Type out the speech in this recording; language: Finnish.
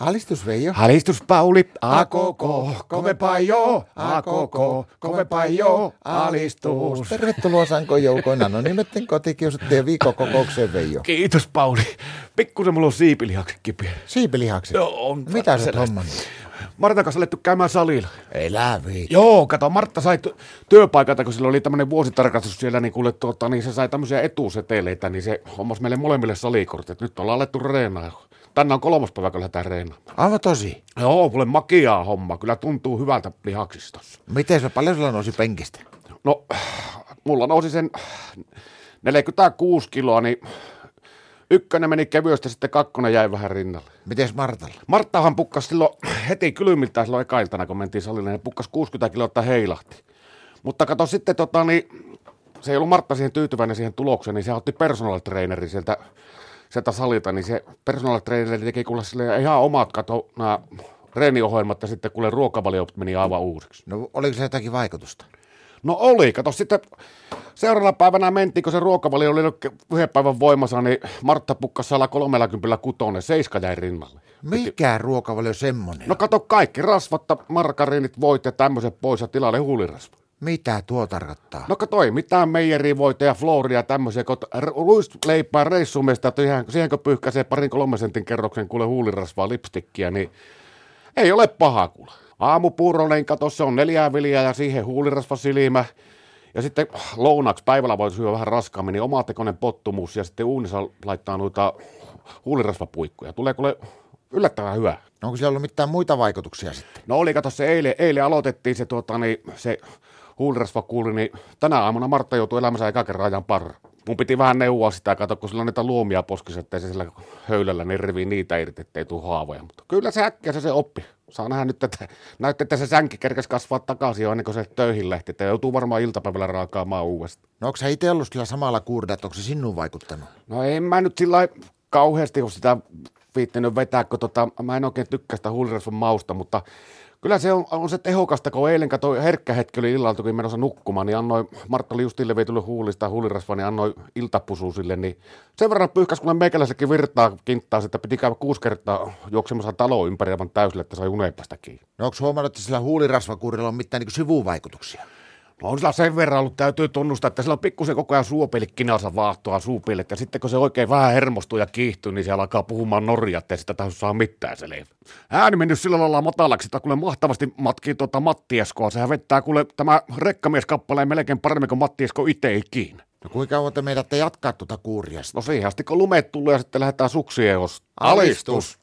Alistus Veijo. Halistus Pauli, A koko, kovempaa jo, a koko, kovempaa jo, alistus. Tervetuloa Sanko joukoina, no nimetten kotikiusattujen viikkokokoukseen Veijo. Kiitos Pauli. Pikkusen mulla on siipilihakset kipiä. Siipilihakset. Joo, on Mitä sä oot sellaista. hommannut? Martan kanssa alettu käymään salilla. Elä viikko. Joo, kato, Martta sai t- työpaikalta, kun sillä oli tämmöinen vuositarkastus siellä, niin kuule, tuota, niin se sai tämmöisiä etuseteleitä, niin se hommas meille molemmille salikortit. Nyt ollaan alettu reenaa. Tänään on kolmas päivä, kun lähdetään reenaamaan. Aivan tosi. Joo, mulle makiaa homma. Kyllä tuntuu hyvältä lihaksistossa. Miten se paljon sulla nousi penkistä? No, mulla nousi sen 46 kiloa, niin ykkönen meni kevyesti, sitten kakkonen jäi vähän rinnalle. Mites Martalla? Marttahan pukkasi silloin heti kylmiltään silloin ekailtana, kun mentiin salille, niin pukkasi 60 kiloa, että heilahti. Mutta kato sitten, tota, niin, se ei ollut Martta siihen tyytyväinen siihen tulokseen, niin se otti personal trainerin sieltä, sieltä salilta, niin se personal traineri teki kuule sille ihan omat kato nämä reeniohjelmat ja sitten kuule ruokavalio meni aivan uusiksi. No oliko se jotakin vaikutusta? No oli, kato sitten seuraavana päivänä mentiin, kun se ruokavalio oli ollut yhden päivän voimassa, niin Martta pukkasi alla 30 kutonen, seiska jäi rinnalle. Mikä ruokavalio semmonen? No No. kato kaikki rasvatta, margariinit, voit ja tämmöiset pois ja tilalle huulirasva. Mitä tuo tarkoittaa? No kato, ei mitään meijerivoita ja flooria ja tämmöisiä, kun r- ruisleipää reissumesta, että ihan, siihenkö pyyhkäisee parin kolmen sentin kerroksen kuule huulirasvaa lipstikkiä, niin ei ole paha kuule. Aamupuuronen kato, se on neljää viljaa ja siihen huulirasvasilmä. Ja sitten lounaksi päivällä voi syödä vähän raskaammin, niin omatekoinen pottumus ja sitten uunissa laittaa noita huulirasvapuikkuja. Tulee kuule yllättävän hyvä. No, onko siellä ollut mitään muita vaikutuksia sitten? No oli, kato se eilen, eilen aloitettiin se, tuota, niin, se huulirasvakuuli, niin tänä aamuna Martta joutui elämänsä eka kerran ajan parra. Mun piti vähän neuvoa sitä, kato, kun sillä on niitä luomia poskissa, ettei se sillä höylällä niin revii niitä irti, ettei tuu haavoja. Mutta kyllä se äkkiä se, se oppi. Saa nähdä nyt, että näytti, että se sänki kerkesi kasvaa takaisin jo ennen kuin se töihin lähti. Että joutuu varmaan iltapäivällä raakaamaan uudestaan. No onko sä itse ollut sillä samalla kuurda, että onko se sinun vaikuttanut? No en mä nyt sillä lailla kauheasti ole sitä viittinyt vetää, kun tota, mä en oikein tykkää sitä huulirasvan mausta, mutta kyllä se on, on se tehokasta, kun eilen katsoi herkkä hetki oli illalla, kun olin menossa nukkumaan, niin annoin, Martta oli justille vietylle huulista huulirasvaa, niin annoin iltapusu sille, niin sen verran pyyhkäs, kun meikäläiselläkin virtaa kinttaa, että piti käydä kuusi kertaa juoksemassa taloa ympäri aivan täysillä, että sai unepasta kiinni. No onko huomannut, että sillä huulirasvakuurilla on mitään niin sivuvaikutuksia? No on sillä sen verran ollut, täytyy tunnustaa, että sillä on pikkusen koko ajan suopeli kinansa vaahtoa suupille, että sitten kun se oikein vähän hermostuu ja kiihtyy, niin se alkaa puhumaan norjaa, että sitä taas saa mitään se leivä. Ääni mennyt sillä lailla matalaksi, että kuule mahtavasti matkii tuota Mattieskoa, sehän vettää kuule tämä rekkamieskappale melkein paremmin kuin Mattiesko itse ikinä. No kuinka kauan te meidätte jatkaa tuota kuuria sitten? No siihen asti kun lumeet tulee ja sitten lähdetään suksien ost- Alistus!